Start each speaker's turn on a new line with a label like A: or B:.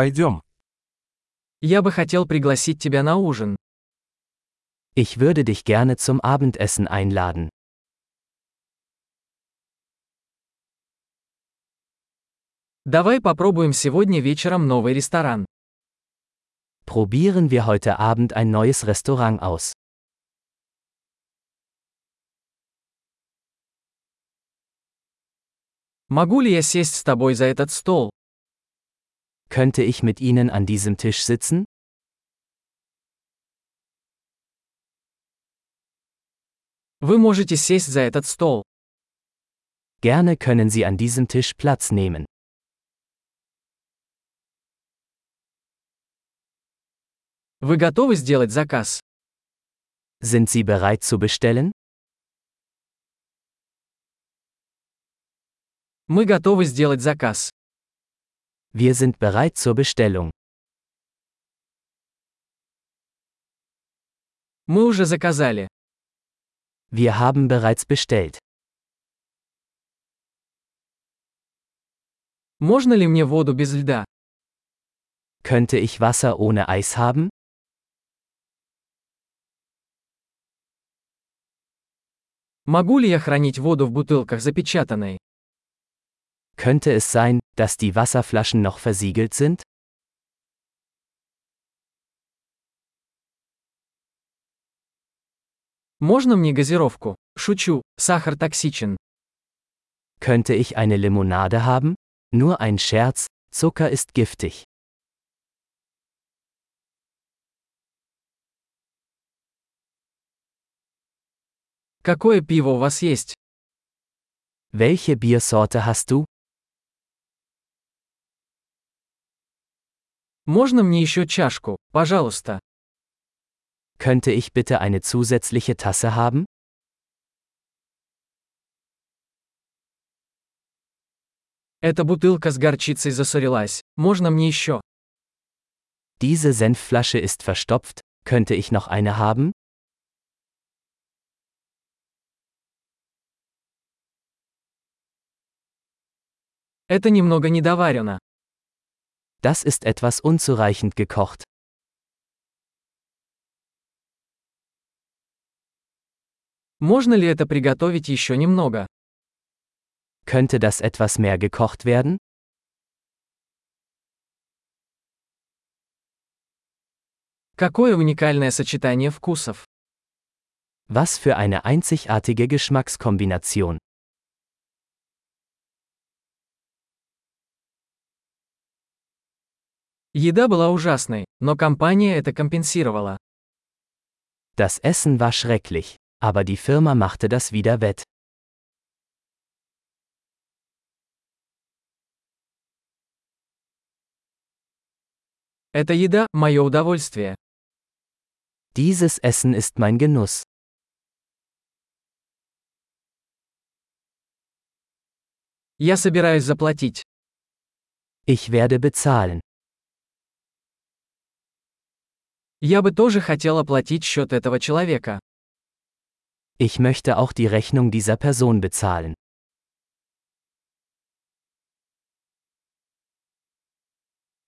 A: Пойдем.
B: Я бы хотел пригласить тебя на ужин.
C: Ich würde dich gerne zum Abendessen einladen.
B: Давай попробуем сегодня вечером новый ресторан.
C: Probieren wir heute Abend ein neues Restaurant aus.
B: Могу ли я сесть с тобой за этот стол?
C: Könnte ich mit Ihnen an diesem Tisch sitzen?
B: Вы можете сесть за этот стол.
C: Gerne können Sie an diesem Tisch Platz nehmen.
B: Вы готовы сделать заказ?
C: Sind Sie bereit zu bestellen?
B: Мы готовы сделать заказ.
C: Wir sind bereit zur Bestellung.
B: Мы уже заказали.
C: Wir haben bereits bestellt.
B: Можно ли мне воду без льда?
C: Könnte ich Wasser ohne Eis haben?
B: Могу ли я хранить воду в бутылках запечатанной?
C: Könnte es sein, dass die Wasserflaschen noch versiegelt sind?
B: Можно мне газировку? Шучу, сахар токсичен.
C: Könnte ich eine Limonade haben? Nur ein Scherz, Zucker ist giftig.
B: Какое пиво у вас есть?
C: Welche Biersorte hast du?
B: Можно мне еще чашку, пожалуйста?
C: Könnte ich bitte eine zusätzliche Tasse haben?
B: Эта бутылка с горчицей засорилась. Можно мне еще?
C: Diese Senfflasche ist verstopft, könnte ich noch eine haben?
B: Это немного недоварено.
C: Das ist etwas unzureichend gekocht.
B: Можно ли это приготовить еще немного?
C: Könnte das etwas mehr gekocht werden?
B: Какое уникальное сочетание вкусов.
C: Was für eine einzigartige Geschmackskombination.
B: Еда была ужасной, но компания это компенсировала.
C: Das Essen war schrecklich, aber die Firma machte das wieder wett.
B: Эта еда – мое удовольствие.
C: Dieses Essen ist mein Genuss.
B: Я собираюсь заплатить.
C: Ich werde bezahlen.
B: Я бы тоже хотел оплатить счет этого человека.
C: Ich möchte auch die Rechnung dieser Person bezahlen.